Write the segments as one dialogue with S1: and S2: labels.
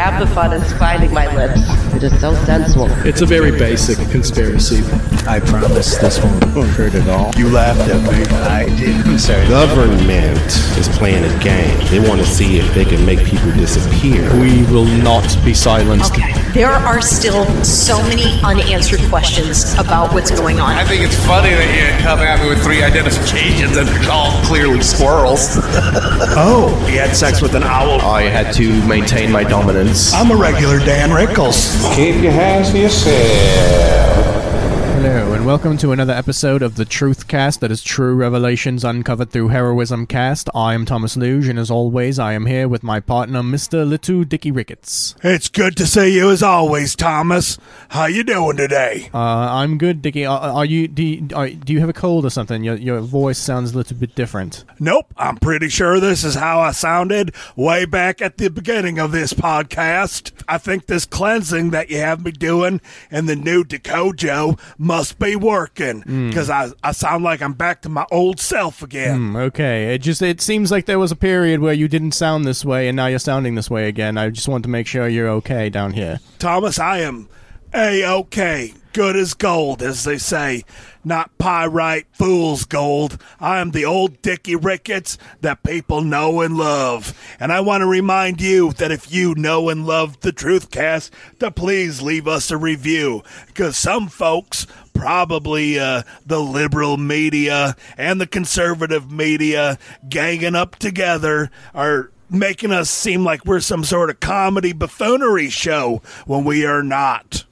S1: Have the fun of finding my lips. It is so sensual.
S2: It's a very basic conspiracy.
S3: I promise this won't hurt at all.
S4: You laughed at me.
S3: I did. I'm sorry.
S5: Government is playing a game. They want to see if they can make people disappear.
S2: We will not be silenced.
S6: Okay. There are still so many unanswered questions about what's going on.
S7: I think it's funny that you come at me with three identifications and it's all clearly squirrels.
S8: oh, he had sex with an owl.
S9: I had to maintain my dominance.
S10: I'm a regular Dan Rickles.
S11: Keep your hands to yourself.
S2: Hello, and welcome to another episode of the Truth Cast that is true revelations uncovered through heroism cast. I am Thomas Luge, and as always, I am here with my partner, Mr. Little Dicky Ricketts.
S12: It's good to see you as always, Thomas. How you doing today?
S2: Uh, I'm good, Dicky. Are, are you do you, are, do you have a cold or something? Your, your voice sounds a little bit different.
S12: Nope, I'm pretty sure this is how I sounded way back at the beginning of this podcast. I think this cleansing that you have me doing and the new Decojo must be working because mm. I, I sound like I'm back to my old self again.
S2: Mm, okay, it just it seems like there was a period where you didn't sound this way, and now you're sounding this way again. I just want to make sure you're okay down here,
S12: Thomas. I am a okay, good as gold, as they say, not pyrite fool's gold. I am the old Dickie Ricketts that people know and love, and I want to remind you that if you know and love the Truthcast, to please leave us a review, because some folks probably uh, the liberal media and the conservative media ganging up together are making us seem like we're some sort of comedy buffoonery show when we are not.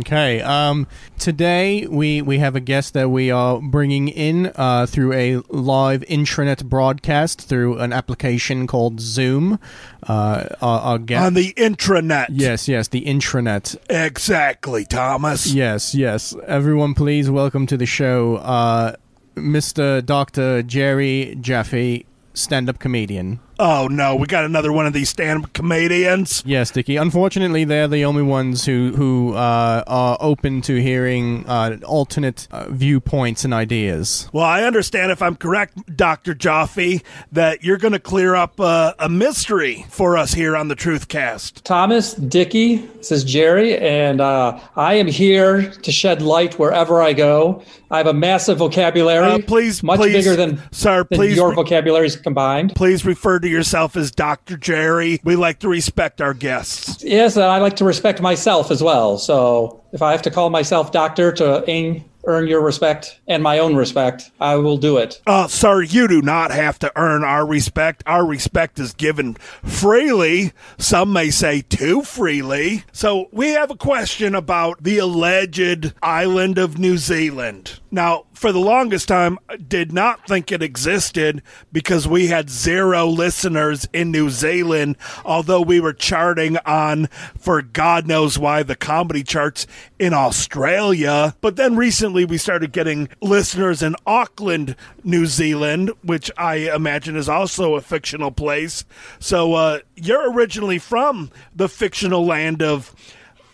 S2: Okay. Um, today we we have a guest that we are bringing in uh, through a live intranet broadcast through an application called Zoom.
S12: Uh, our, our guest on the intranet.
S2: Yes, yes, the intranet.
S12: Exactly, Thomas.
S2: Yes, yes. Everyone, please welcome to the show, uh, Mr. Doctor Jerry Jaffe, stand-up comedian.
S12: Oh no, we got another one of these stand-up comedians.
S2: Yes, Dicky. Unfortunately, they're the only ones who who uh, are open to hearing uh, alternate uh, viewpoints and ideas.
S12: Well, I understand if I'm correct, Doctor Jaffe, that you're going to clear up uh, a mystery for us here on the Truthcast.
S13: Thomas Dicky, this is Jerry, and uh, I am here to shed light wherever I go. I have a massive vocabulary.
S12: Uh, please,
S13: much
S12: please,
S13: bigger than
S12: sir.
S13: Than
S12: please,
S13: your re- vocabularies combined.
S12: Please refer to yourself as Dr. Jerry. We like to respect our guests.
S13: Yes, and I like to respect myself as well. So if I have to call myself doctor to earn your respect and my own respect, I will do it.
S12: Uh, sir, you do not have to earn our respect. Our respect is given freely. Some may say too freely. So we have a question about the alleged island of New Zealand. Now, for the longest time, did not think it existed because we had zero listeners in New Zealand, although we were charting on, for God knows why, the comedy charts in Australia. But then recently we started getting listeners in Auckland, New Zealand, which I imagine is also a fictional place. So uh, you're originally from the fictional land of.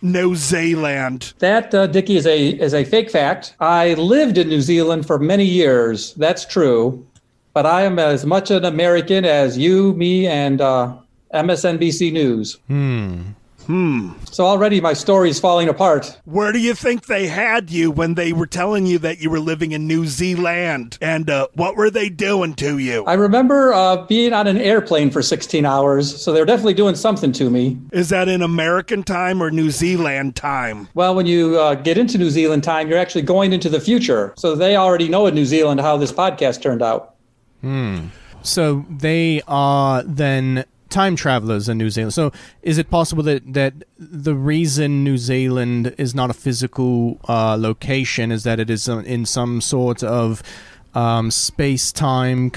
S12: New Zealand.
S13: That uh, Dicky is a is a fake fact. I lived in New Zealand for many years. That's true, but I am as much an American as you, me, and uh, MSNBC News.
S2: Hmm.
S12: Hmm.
S13: So already my story's falling apart.
S12: Where do you think they had you when they were telling you that you were living in New Zealand? And uh, what were they doing to you?
S13: I remember uh, being on an airplane for 16 hours, so they were definitely doing something to me.
S12: Is that in American time or New Zealand time?
S13: Well, when you uh, get into New Zealand time, you're actually going into the future. So they already know in New Zealand how this podcast turned out.
S2: Hmm. So they are then time travelers in New Zealand. So, is it possible that that the reason New Zealand is not a physical uh, location is that it is uh, in some sort of um, space time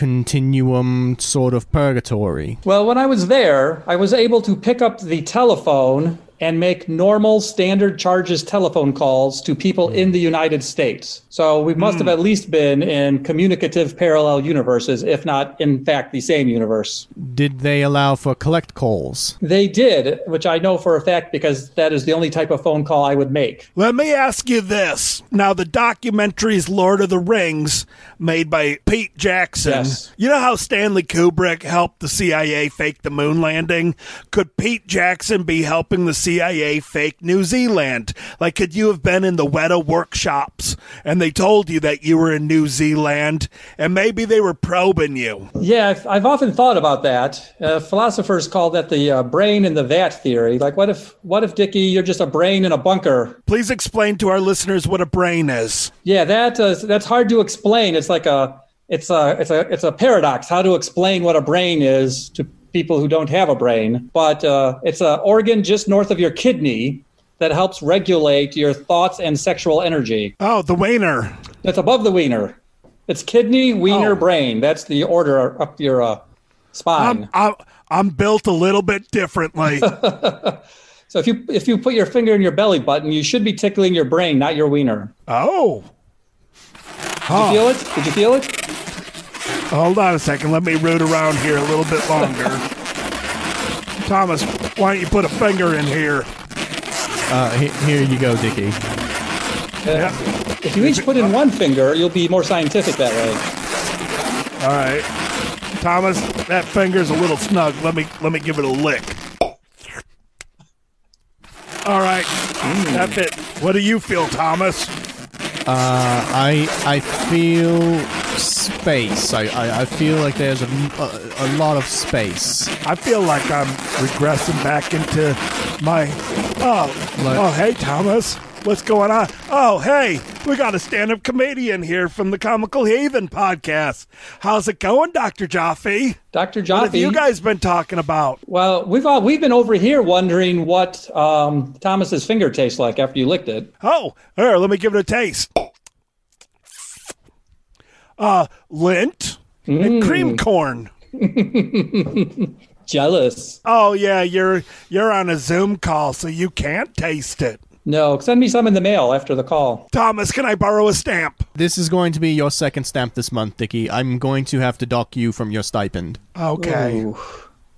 S2: continuum sort of purgatory?
S13: Well, when I was there, I was able to pick up the telephone and make normal standard charges telephone calls to people in the United States. So we must mm. have at least been in communicative parallel universes, if not, in fact, the same universe.
S2: Did they allow for collect calls?
S13: They did, which I know for a fact because that is the only type of phone call I would make.
S12: Let me ask you this. Now, the documentaries Lord of the Rings, made by Pete Jackson, yes. you know how Stanley Kubrick helped the CIA fake the moon landing? Could Pete Jackson be helping the CIA fake New Zealand. Like, could you have been in the Weta workshops and they told you that you were in New Zealand and maybe they were probing you?
S13: Yeah, I've, I've often thought about that. Uh, philosophers call that the uh, brain in the vat theory. Like, what if, what if Dickie, you're just a brain in a bunker?
S12: Please explain to our listeners what a brain is.
S13: Yeah, that uh, that's hard to explain. It's like a it's a it's a it's a paradox. How to explain what a brain is to people who don't have a brain, but uh, it's an organ just north of your kidney that helps regulate your thoughts and sexual energy.
S12: Oh, the wiener.
S13: That's above the wiener. It's kidney, wiener, oh. brain. That's the order up your uh, spine.
S12: I'm, I'm, I'm built a little bit differently.
S13: so if you if you put your finger in your belly button, you should be tickling your brain, not your wiener.
S12: Oh.
S13: Huh. Did you feel it? Did you feel it?
S12: Hold on a second. Let me root around here a little bit longer. Thomas, why don't you put a finger in here?
S2: Uh, he- here you go, Dickie.
S13: Uh, yep. If you each put in one finger, you'll be more scientific that way.
S12: All right, Thomas, that finger's a little snug. Let me let me give it a lick. All right, mm. that's it. What do you feel, Thomas?
S2: Uh, I I feel space. I, I, I, feel like there's a, a, a, lot of space.
S12: I feel like I'm regressing back into my. Oh, like, oh, hey, Thomas. What's going on? Oh, hey, we got a stand up comedian here from the Comical Haven podcast. How's it going, Dr. Jaffe?
S13: Dr. Jaffe. What
S12: have you guys been talking about?
S13: Well, we've all, we've been over here wondering what um, Thomas's finger tastes like after you licked it.
S12: Oh, here, let me give it a taste uh, lint mm. and cream corn.
S13: Jealous.
S12: Oh yeah, you're you're on a Zoom call, so you can't taste it.
S13: No, send me some in the mail after the call.
S12: Thomas, can I borrow a stamp?
S2: This is going to be your second stamp this month, Dicky. I'm going to have to dock you from your stipend.
S12: Okay. Ooh.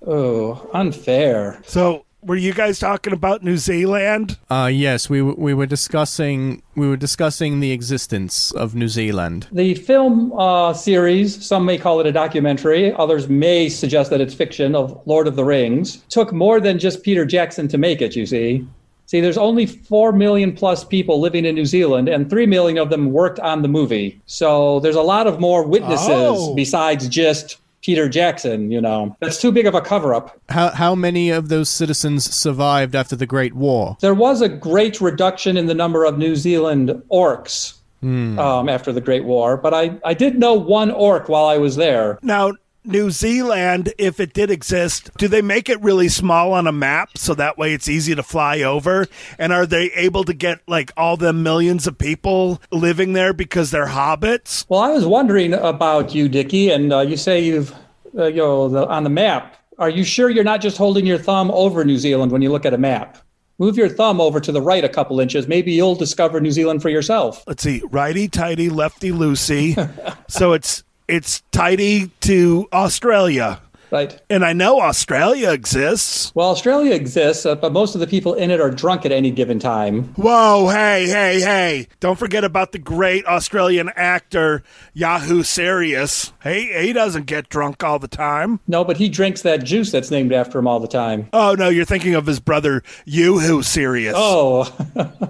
S13: Oh, unfair.
S12: So, were you guys talking about New Zealand?
S2: Uh, yes, we w- we were discussing we were discussing the existence of New Zealand.
S13: The film uh, series, some may call it a documentary, others may suggest that it's fiction of Lord of the Rings, took more than just Peter Jackson to make it. You see, see, there's only four million plus people living in New Zealand, and three million of them worked on the movie. So there's a lot of more witnesses oh. besides just Peter Jackson, you know. That's too big of a cover up.
S2: How, how many of those citizens survived after the Great War?
S13: There was a great reduction in the number of New Zealand orcs
S2: mm.
S13: um, after the Great War, but I, I did know one orc while I was there.
S12: Now, New Zealand, if it did exist, do they make it really small on a map so that way it's easy to fly over? And are they able to get like all the millions of people living there because they're hobbits?
S13: Well, I was wondering about you, Dicky, and uh, you say you've uh, you know the, on the map. Are you sure you're not just holding your thumb over New Zealand when you look at a map? Move your thumb over to the right a couple inches. Maybe you'll discover New Zealand for yourself.
S12: Let's see, righty tighty, lefty loosey. so it's it's tidy to Australia.
S13: Right.
S12: And I know Australia exists.
S13: Well, Australia exists, uh, but most of the people in it are drunk at any given time.
S12: Whoa, hey, hey, hey. Don't forget about the great Australian actor, Yahoo Serious. Hey, he doesn't get drunk all the time.
S13: No, but he drinks that juice that's named after him all the time.
S12: Oh, no, you're thinking of his brother, Yahoo Serious.
S13: Oh.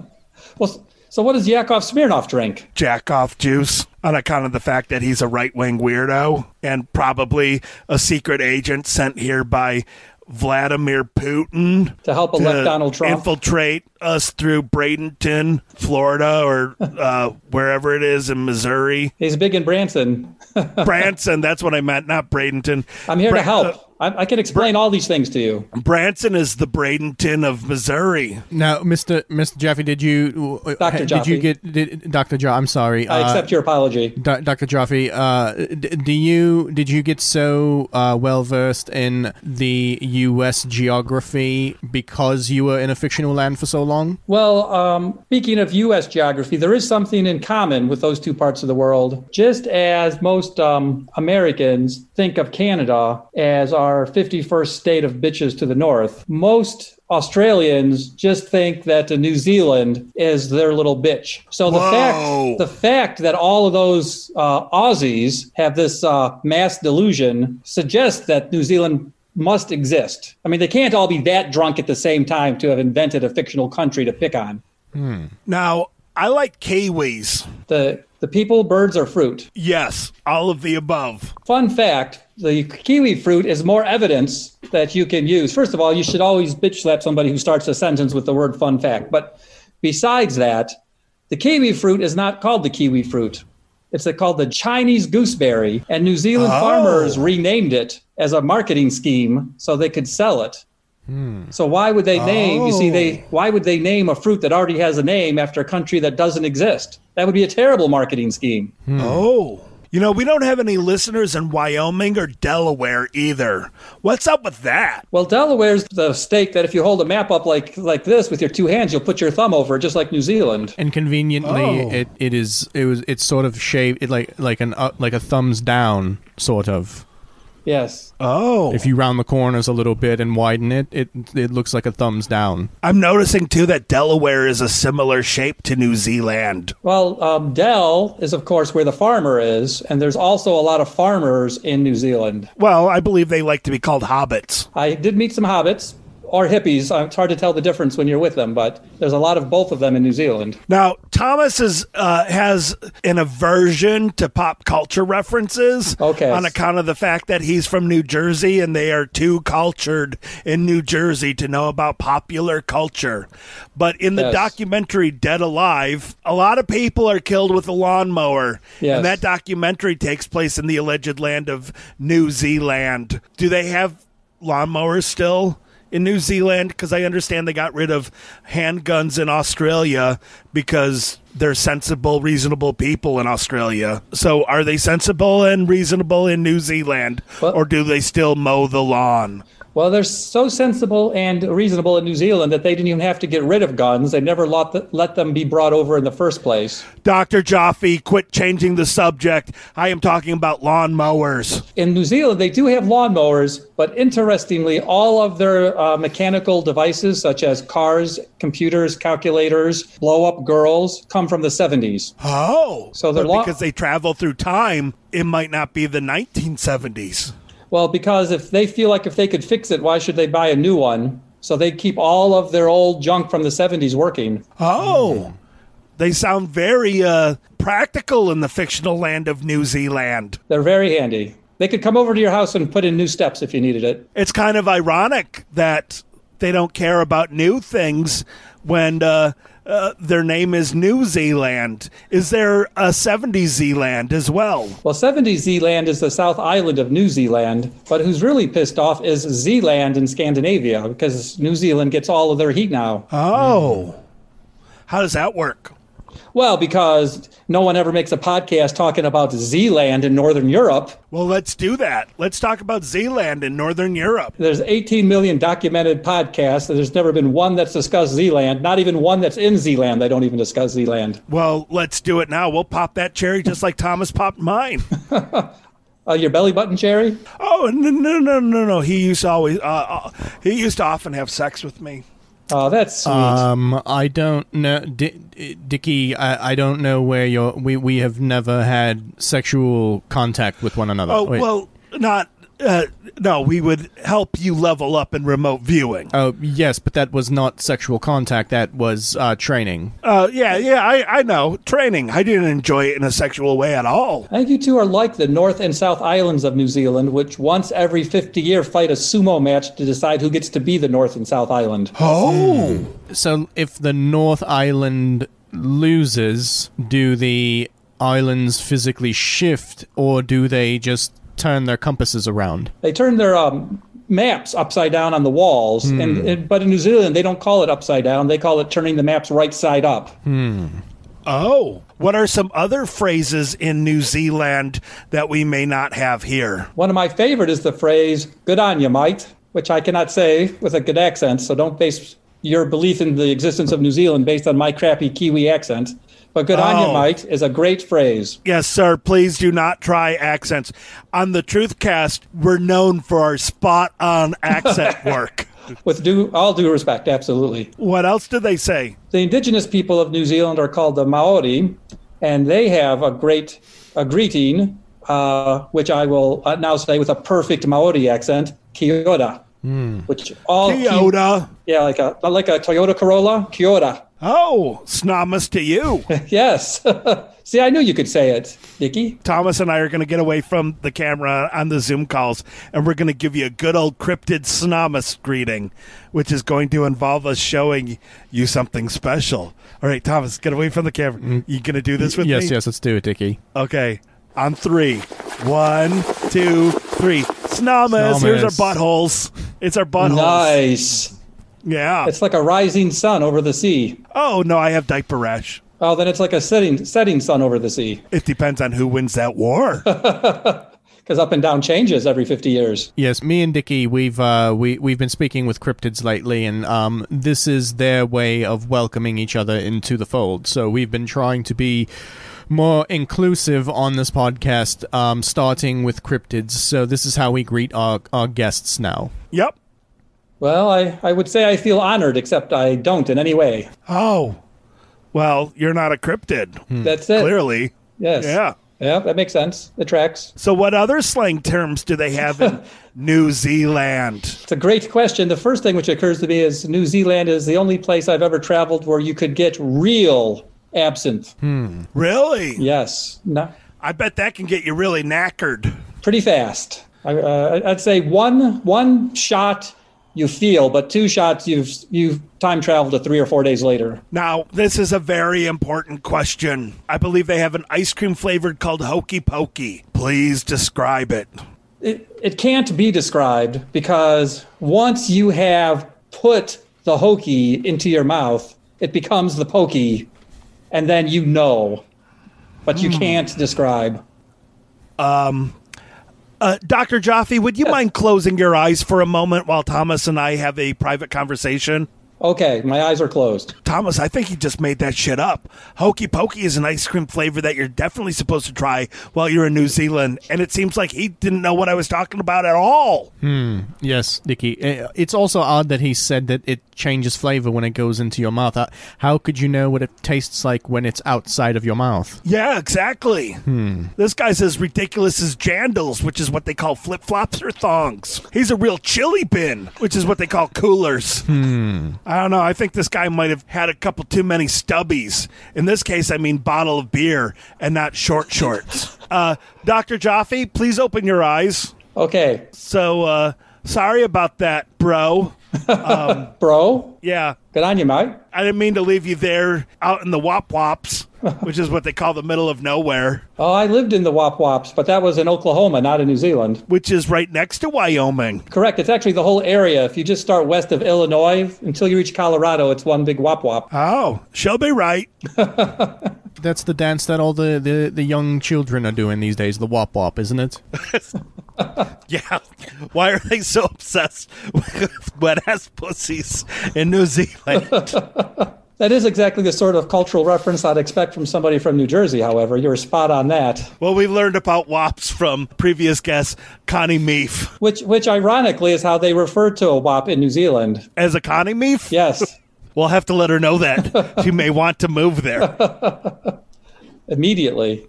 S13: well, so what does Yakov Smirnov drink?
S12: Jackoff juice on account of the fact that he's a right wing weirdo and probably a secret agent sent here by Vladimir Putin
S13: to help elect to Donald Trump,
S12: infiltrate us through Bradenton, Florida, or uh, wherever it is in Missouri.
S13: He's big in Branson.
S12: Branson, that's what I meant, not Bradenton.
S13: I'm here Br- to help. Uh, I, I, can explain Br- all these things to you. uh,
S12: Branson is the Bradenton of Missouri.
S2: Now, Mister Mister Jaffe, did you uh,
S13: Doctor
S2: did
S13: Jaffe.
S2: you get did, Doctor Jaffe? I'm sorry.
S13: I accept uh, your apology,
S2: Doctor Jaffe. Uh, d- do you did you get so uh, well versed in the U.S. geography because you were in a fictional land for so long?
S13: Well, um, speaking of U.S. geography, there is something in common with those two parts of the world. Just as most um, Americans think of Canada as our our 51st state of bitches to the north, most Australians just think that New Zealand is their little bitch. So the
S12: Whoa.
S13: fact the fact that all of those uh, Aussies have this uh, mass delusion suggests that New Zealand must exist. I mean, they can't all be that drunk at the same time to have invented a fictional country to pick on.
S12: Hmm. Now, I like kiwis.
S13: The the people, birds, or fruit?
S12: Yes, all of the above.
S13: Fun fact the kiwi fruit is more evidence that you can use. First of all, you should always bitch slap somebody who starts a sentence with the word fun fact. But besides that, the kiwi fruit is not called the kiwi fruit. It's called the Chinese gooseberry, and New Zealand
S12: Oh.
S13: farmers renamed it as a marketing scheme so they could sell it. So why would they name? You see, they why would they name a fruit that already has a name after a country that doesn't exist? That would be a terrible marketing scheme.
S12: Oh. You know, we don't have any listeners in Wyoming or Delaware either. What's up with that?
S13: Well, Delaware's the state that if you hold a map up like like this with your two hands, you'll put your thumb over, it, just like New Zealand.
S2: And conveniently,
S13: Oh.
S2: it, it is it was it's sort of shaped it like like an up, like a thumbs down sort of.
S13: Yes.
S12: Oh.
S2: If you round the corners a little bit and widen it, it it looks like a thumbs down.
S12: I'm noticing too that Delaware is a similar shape to New Zealand.
S13: Well, um, Dell is of course where the farmer is, and there's also a lot of farmers in New Zealand.
S12: Well, I believe they like to be called hobbits.
S13: I did meet some hobbits or hippies. Uh, It's hard to tell the difference when you're with them, but there's a lot of both of them in New Zealand.
S12: Now, Thomas is, uh, has an aversion to pop culture references
S13: Okay.
S12: on account of the fact that he's from New Jersey and they are too cultured in New Jersey to know about popular culture. But in the
S13: Yes.
S12: documentary Dead Alive, a lot of people are killed with a lawnmower.
S13: Yes.
S12: And that documentary takes place in the alleged land of New Zealand. Do they have lawnmowers still in New Zealand? Because I understand they got rid of handguns in Australia because they're sensible, reasonable people in Australia. So are they sensible and reasonable in New Zealand? or do they still mow the lawn?
S13: Well, they're so sensible and reasonable in New Zealand that they didn't even have to get rid of guns. They never let, the, let them be brought over in the first place.
S12: Dr. Jaffe, quit changing the subject. I am talking about lawnmowers.
S13: In New Zealand, they do have lawnmowers, but interestingly, all of their uh, mechanical devices, such as cars, computers, calculators, blow up girls, come from the 70s.
S12: Oh,
S13: So they're
S12: but
S13: law-
S12: because they travel through time, it might not be the 1970s.
S13: Well, because if they feel like if they could fix it, why should they buy a new one? So they keep all of their old junk from the 70s working. Hmm.
S12: Oh, they sound very uh, practical in the fictional land of New Zealand.
S13: They're very handy. They could come over to your house and put in new steps if you needed it.
S12: It's kind of ironic that they don't care about new things when uh, uh, their name is New Zealand. Is there a 70s Zealand as well?
S13: Well, 70 Zealand is the South Island of New Zealand, but who's really pissed off is Zealand in Scandinavia because New Zealand gets all of their heat now.
S12: Oh.
S13: Hmm.
S12: How does that work?
S13: Well, because no one ever makes a podcast talking about Zealand in Northern Europe.
S12: Well, let's do that. Let's talk about Zealand in Northern Europe.
S13: There's 18 million documented podcasts, and there's never been one that's discussed Zealand, not even one that's in Zealand. They don't even discuss Zealand.
S12: Well, let's do it now. We'll pop that cherry just like Thomas popped mine.
S13: Uh, your belly button, Jerry?
S12: Oh no no no no no! He used to always uh, uh, he used to often have sex with me.
S13: Oh, that's sweet.
S2: Um, I don't know, D- D- Dicky. I, I don't know where you're. We we have never had sexual contact with one another.
S12: Oh well, not. Uh, no, we would help you level up in remote viewing.
S2: Oh yes, but that was not sexual contact. That was uh, training.
S12: Uh, yeah, yeah, I, I know training. I didn't enjoy it in a sexual way at all.
S13: I think you two are like the North and South Islands of New Zealand, which once every fifty year fight a sumo match to decide who gets to be the North and South Island.
S12: Oh,
S2: mm. so if the North Island loses, do the islands physically shift, or do they just turn their compasses around.
S13: They turn their um, maps upside down on the walls, mm. and, and, but in New Zealand they don't call it upside down; they call it turning the maps right side up.
S2: Hmm.
S12: Oh, what are some other phrases in New Zealand that we may not have here?
S13: One of my favorite is the phrase "Good on you, mate," which I cannot say with a good accent. So don't base your belief in the existence of New Zealand based on my crappy Kiwi accent. But good oh. on you, Mike, is a great phrase.
S12: Yes, sir. Please do not try accents. On the Truthcast, we're known for our spot on accent work.
S13: With due, all due respect, absolutely.
S12: What else do they say?
S13: The indigenous people of New Zealand are called the Maori, and they have a great a greeting, uh, which I will now say with a perfect Maori accent, kia ora.
S2: Mm.
S13: Which all
S12: Hmm. Kia ora.
S13: yeah, like a like a Toyota Corolla, Kia ora.
S12: Oh, snamas to you.
S13: yes. See, I knew you could say it, Nikki.
S12: Thomas and I are going to get away from the camera on the Zoom calls, and we're going to give you a good old cryptid snamas greeting, which is going to involve us showing you something special. All right, Thomas, get away from the camera. Mm. You going to do this with
S2: yes,
S12: me?
S2: Yes, yes, let's do it, Dicky.
S12: Okay, on three. One, two, three. Snamas. snamas. Here's our buttholes. It's our buttholes.
S13: Nice.
S12: Yeah.
S13: It's like a rising sun over the sea.
S12: Oh, no, I have diaper rash.
S13: Oh, then it's like a setting, setting sun over the sea.
S12: It depends on who wins that war.
S13: Because up and down changes every 50 years.
S2: Yes, me and Dicky, we've uh, we we've been speaking with cryptids lately, and um, this is their way of welcoming each other into the fold. So we've been trying to be more inclusive on this podcast, um, starting with cryptids. So this is how we greet our our guests now.
S12: Yep.
S13: Well, I, I would say I feel honored, except I don't in any way.
S12: Oh, well, you're not a cryptid.
S13: Hmm. That's it.
S12: Clearly.
S13: Yes.
S12: Yeah.
S13: Yeah, that makes sense. It tracks.
S12: So, what other slang terms do they have in New Zealand?
S13: It's a great question. The first thing which occurs to me is New Zealand is the only place I've ever traveled where you could get real absinthe.
S2: Hmm.
S12: Really?
S13: Yes. No.
S12: I bet that can get you really knackered.
S13: Pretty fast. I, uh, I'd say one one shot you feel, but two shots you've you've time traveled to three or four days later.
S12: Now, this is a very important question. I believe they have an ice cream flavored called Hokey Pokey. Please describe it.
S13: It it can't be described because once you have put the hokey into your mouth, it becomes the pokey, and then you know, but you mm. can't describe.
S12: Um, uh, Dr. Jaffe, would you mind closing your eyes for a moment while Thomas and I have a private conversation?
S13: Okay, my eyes are closed.
S12: Thomas, I think you just made that shit up. Hokey Pokey is an ice cream flavor that you're definitely supposed to try while you're in New Zealand, and it seems like he didn't know what I was talking about at all.
S2: Hmm. Yes, Nikki. It's also odd that he said that it changes flavor when it goes into your mouth. Uh, How could you know what it tastes like when it's outside of your mouth?
S12: Yeah, exactly.
S2: Hmm.
S12: This guy's as ridiculous as jandals, which is what they call flip flops or thongs. He's a real chili bin, which is what they call coolers.
S2: Hmm.
S12: I don't know. I think this guy might have had a couple too many stubbies. In this case, I mean bottle of beer and not short shorts. uh, Dr. Jaffe, please open your eyes.
S13: Okay.
S12: So, uh, sorry about that, bro.
S13: Um, bro?
S12: Yeah.
S13: Good on you, mate.
S12: I didn't mean to leave you there out in the wop wops, which is what they call the middle of nowhere.
S13: Oh, I lived in the wop wops, but that was in Oklahoma, not in New Zealand.
S12: Which is right next to Wyoming.
S13: Correct. It's actually the whole area. If you just start west of Illinois until you reach Colorado, it's one big wop wop.
S12: Oh, she'll be right.
S2: That's the dance that all the, the, the young children are doing these days, the wop wop, isn't it?
S12: yeah. Why are they so obsessed with wet ass pussies in New Zealand?
S13: That is exactly the sort of cultural reference I'd expect from somebody from New Jersey, however. You're spot on that.
S12: Well, we learned about WAPs from previous guest Connie Meef.
S13: Which, which ironically, is how they refer to a WAP in New Zealand.
S12: As a Connie Meef?
S13: Yes.
S12: we'll have to let her know that. she may want to move there.
S13: Immediately.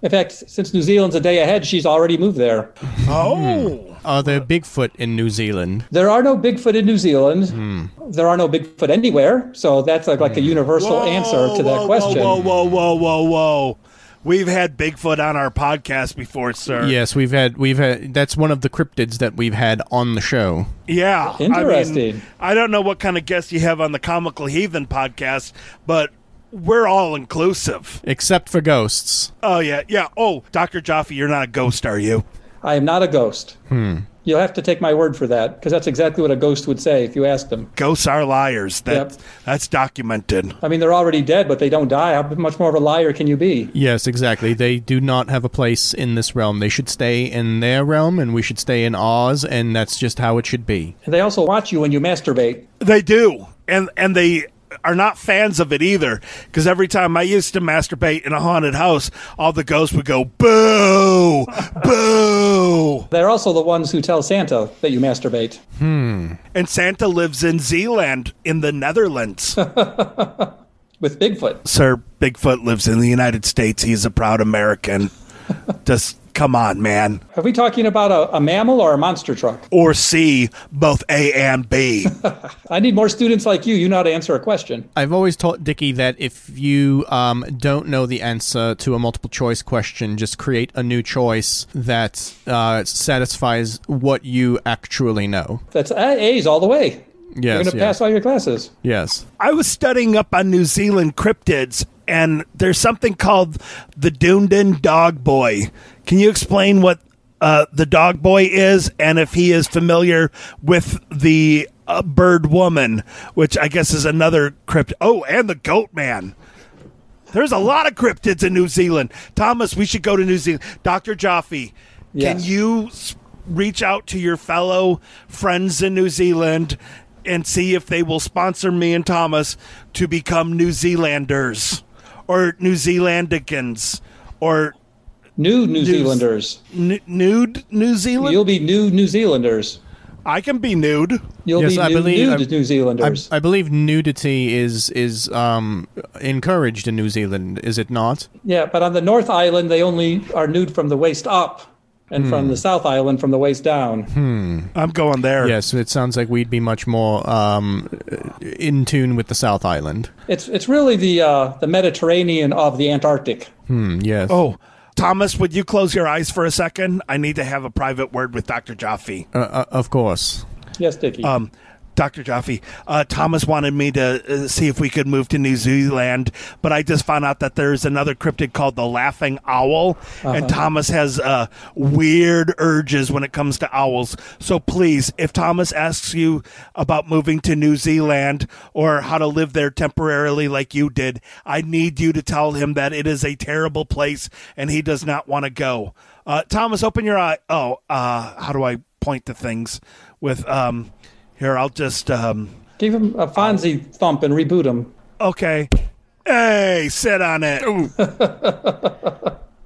S13: In fact, since New Zealand's a day ahead, she's already moved there.
S12: Oh.
S2: Hmm. Are there Bigfoot in New Zealand?
S13: There are no Bigfoot in New Zealand. Hmm. There are no Bigfoot anywhere. So that's like, like a universal whoa, answer to that
S12: Hmm. whoa,
S13: question.
S12: Whoa, whoa, whoa, whoa, whoa. We've had Bigfoot on our podcast before, sir.
S2: Yes, we've had we've had that's one of the cryptids that we've had on the show.
S12: Yeah.
S13: Interesting.
S12: I, mean, I don't know what kind of guest you have on the Comical Heathen podcast, but we're all inclusive
S2: except for ghosts.
S12: Oh yeah, yeah. Oh, Doctor Jaffe, you're not a ghost, are you?
S13: I am not a ghost.
S2: Hmm.
S13: You'll have to take my word for that because that's exactly what a ghost would say if you asked them.
S12: Ghosts are liars. That, yep. That's documented.
S13: I mean, they're already dead, but they don't die. How much more of a liar can you be?
S2: Yes, exactly. They do not have a place in this realm. They should stay in their realm, and we should stay in ours, and that's just how it should be.
S13: And they also watch you when you masturbate.
S12: They do. And, and they are not fans of it either because every time I used to masturbate in a haunted house, all the ghosts would go boo, boo.
S13: They're also the ones who tell Santa that you masturbate.
S2: Hmm.
S12: And Santa lives in Zealand in the Netherlands.
S13: With Bigfoot.
S12: Sir, Bigfoot lives in the United States. He's a proud American. Just come on, man.
S13: Are we talking about a, a, mammal or a monster truck?
S12: Or C, both A and B.
S13: I need more students like you. You know how to answer a question.
S2: I've always taught Dickie that if you um, don't know the answer to a multiple choice question, just create a new choice that uh, satisfies what you actually know.
S13: That's uh, A's all the way.
S2: Yes,
S13: You're going to
S2: yes.
S13: pass all your classes.
S2: Yes.
S12: I was studying up on New Zealand cryptids, and there's something called the Dunedin Dog Boy. Can you explain what uh, the dog boy is and if he is familiar with the uh, bird woman, which I guess is another crypt? Oh, and the goat man. There's a lot of cryptids in New Zealand. Thomas, we should go to New Zealand. Dr. Jaffe, yes. can you reach out to your fellow friends in New Zealand and see if they will sponsor me and Thomas to become New Zealanders or New Zealandicans or
S13: New New Zealanders.
S12: N- nude New Zealand?
S13: You'll be new New Zealanders.
S12: I can be nude.
S13: You'll
S2: yes,
S13: be
S2: I
S13: new,
S2: believe,
S13: nude I, New Zealanders.
S2: I, I, believe nudity is is um, encouraged in New Zealand, is it not?
S13: Yeah, but on the North Island, they only are nude from the waist up. And hmm. from the South Island, from the waist down.
S2: Hmm.
S12: I'm going there.
S2: Yes, it sounds like we'd be much more um, in tune with the South Island.
S13: It's it's really the uh, the Mediterranean of the Antarctic.
S2: Hmm, yes.
S12: Oh, Thomas, would you close your eyes for a second? I need to have a private word with Dr. Jaffe.
S2: Uh, uh, of course.
S13: Yes, Dickie.
S12: Um, Dr. Jaffe, uh, Thomas wanted me to uh, see if we could move to New Zealand, but I just found out that there's another cryptid called the Laughing Owl, uh-huh. and Thomas has uh, weird urges when it comes to owls. So please, if Thomas asks you about moving to New Zealand or how to live there temporarily like you did, I need you to tell him that it is a terrible place and he does not want to go. Uh, Thomas, open your eye. Oh, uh, how do I point to things with? Um, here, I'll just um,
S13: give him a Fonzie I'll... thump and reboot him.
S12: Okay. Hey, sit on it.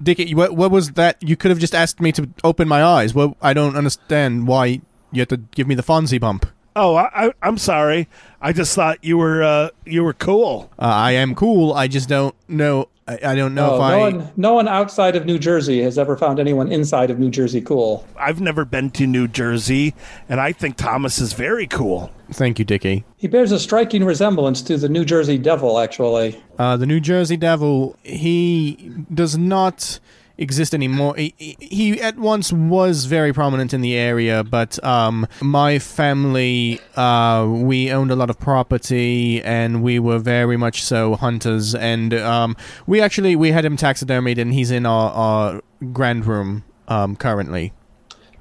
S2: Dickie, what, what was that? You could have just asked me to open my eyes. Well, I don't understand why you had to give me the Fonzie bump.
S12: Oh, I, am sorry. I just thought you were uh, you were cool.
S2: Uh, I am cool. I just don't know. I, I don't know
S13: no,
S2: if
S13: Oh, no
S2: I.
S13: One, no one outside of New Jersey has ever found anyone inside of New Jersey cool.
S12: I've never been to New Jersey, and I think Thomas is very cool.
S2: Thank you, Dickie.
S13: He bears a striking resemblance to the New Jersey Devil, actually.
S2: Uh, the New Jersey Devil. He does not exist anymore. He, he, at once was very prominent in the area, but um, my family, uh, we owned a lot of property and we were very much so hunters. And um, we actually we had him taxidermied, and he's in our, our grand room um, currently.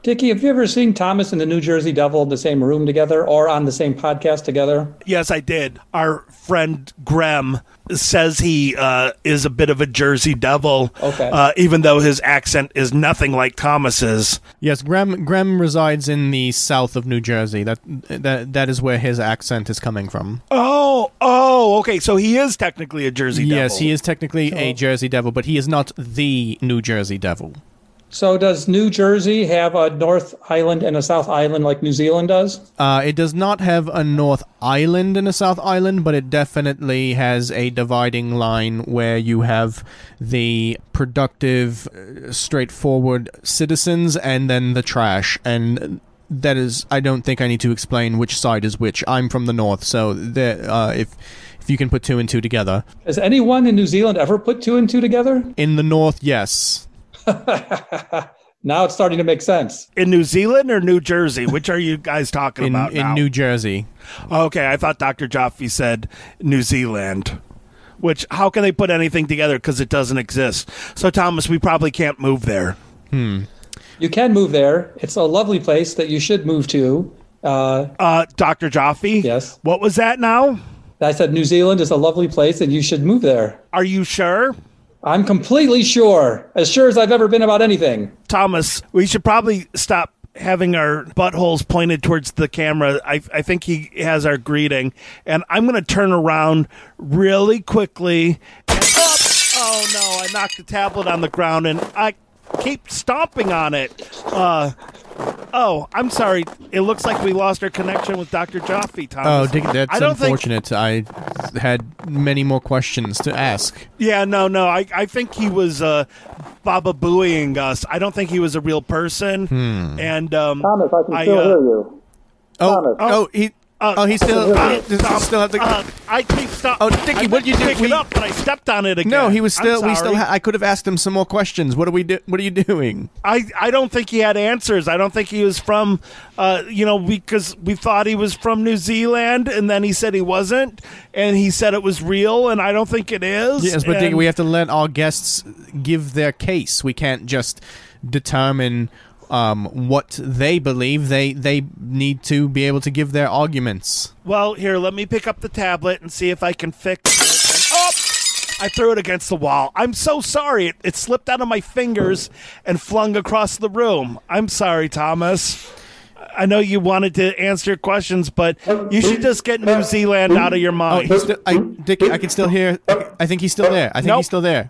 S13: Dickie, have you ever seen Thomas and the New Jersey Devil in the same room together or on the same podcast together?
S12: Yes, I did. Our friend Graham says he uh, is a bit of a Jersey Devil,
S13: okay.
S12: uh, even though his accent is nothing like Thomas's.
S2: Yes, Graham, Graham resides in the south of New Jersey. That, that That is where his accent is coming from.
S12: Oh, oh, okay. So he is technically a Jersey Devil.
S2: Yes, he is technically sure. a Jersey Devil, but he is not the New Jersey Devil.
S13: So does New Jersey have a North Island and a South Island like New Zealand does?
S2: Uh, it does not have a North Island and a South Island, but it definitely has a dividing line where you have the productive, uh, straightforward citizens and then the trash. And that is, I don't think I need to explain which side is which. I'm from the North, so there, uh, if if you can put two and two together.
S13: Has anyone in New Zealand ever put two and two together?
S2: In the North, yes.
S13: now it's starting to make sense.
S12: In New Zealand or New Jersey, which are you guys talking
S2: in,
S12: about?
S2: In now? New Jersey.
S12: Oh, Okay, I thought Dr. Jaffe said New Zealand. Which how can they put anything together because it doesn't exist? So Thomas, we probably can't move there.
S2: Hmm.
S13: You can move there. It's a lovely place that you should move to. Uh,
S12: uh, Dr. Jaffe.
S13: Yes.
S12: What was that now?
S13: I said New Zealand is a lovely place and you should move there.
S12: Are you sure?
S13: I'm completely sure, as sure as I've ever been about anything.
S12: Thomas, we should probably stop having our buttholes pointed towards the camera. I, I think he has our greeting. And I'm going to turn around really quickly. And, oh, oh, no, I knocked the tablet on the ground and I keep stomping on it. Uh, oh, I'm sorry. It looks like we lost our connection with Dr. Jaffe, Thomas.
S2: Oh, that's I unfortunate. Think- I had many more questions to ask.
S12: Yeah, no, no. I, I think he was uh, Baba buoying us. I don't think he was a real person.
S2: Hmm.
S12: And um,
S4: Thomas, I can I, still uh, hear you.
S2: Oh,
S4: Thomas.
S2: oh, he. Uh, oh, he's still. Uh, still have to.
S12: Uh, I keep stop.
S2: Oh, Dickie, what did you do?
S12: Pick we, it up, but I stepped on it again.
S2: No, he was still. We still. Ha- I could have asked him some more questions. What are we do? What are you doing?
S12: I I don't think he had answers. I don't think he was from. Uh, you know, because we thought he was from New Zealand, and then he said he wasn't, and he said it was real, and I don't think it is.
S2: Yes, but
S12: and-
S2: Dickie, we have to let our guests give their case. We can't just determine um, what they believe. They they need to be able to give their arguments.
S12: Well, here, let me pick up the tablet and see if I can fix. it. Oh! I threw it against the wall. I'm so sorry. It, it slipped out of my fingers and flung across the room. I'm sorry, Thomas. I know you wanted to answer questions, but you should just get New Zealand out of your mind.
S2: Oh, still, I, Dickie, I can still hear. I think he's still there. I think
S12: nope.
S2: he's still there.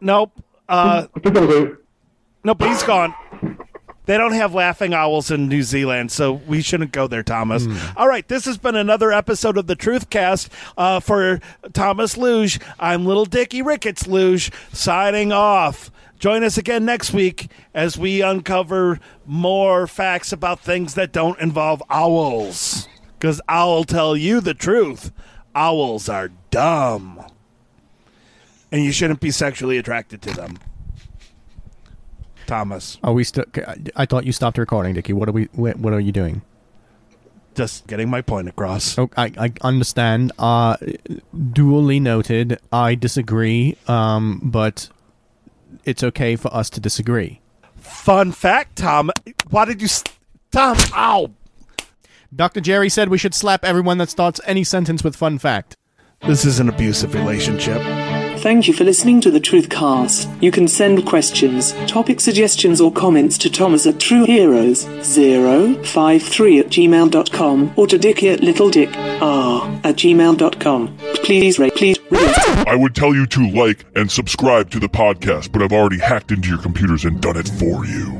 S12: Nope. Uh, nope, he's gone. They don't have laughing owls in New Zealand, so we shouldn't go there, Thomas. Mm. All right, this has been another episode of the Truthcast uh, for Thomas Luge. I'm Little Dickie Ricketts Luge signing off. Join us again next week as we uncover more facts about things that don't involve owls. Because I'll tell you the truth owls are dumb. And you shouldn't be sexually attracted to them. Thomas.
S2: Are we still? I thought you stopped recording, Dickie. What are we? What are you doing?
S12: Just getting my point across.
S2: Oh, I, I understand. Uh, duly noted. I disagree. Um, but it's okay for us to disagree.
S12: Fun fact, Tom. Why did you, st- Tom? Ow.
S2: Dr. Jerry said we should slap everyone that starts any sentence with fun fact.
S12: This is an abusive relationship.
S14: Thank you for listening to the Truthcast. You can send questions, topic suggestions, or comments to Thomas at trueheroes053 at gmail.com or to Dickie at littledickr at gmail.com. Please rate, please.
S15: I would tell you to like and subscribe to the podcast, but I've already hacked into your computers and done it for you.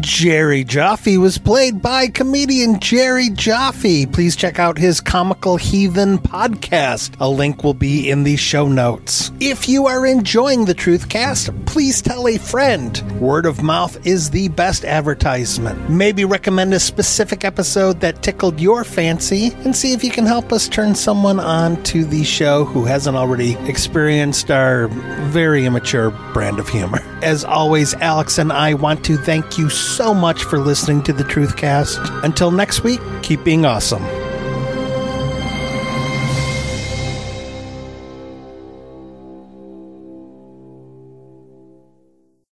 S16: Jerry Jaffe was played by comedian Jerry Jaffe. Please check out his Comical Heathen podcast. A link will be in the show notes. If you are enjoying the Truthcast, please tell a friend. Word of mouth is the best advertisement. Maybe recommend a specific episode that tickled your fancy and see if you can help us turn someone on to the show who hasn't already experienced our very immature brand of humor. As always, Alex and I want to thank you so much for listening to the Truthcast. Until next week, keep being awesome.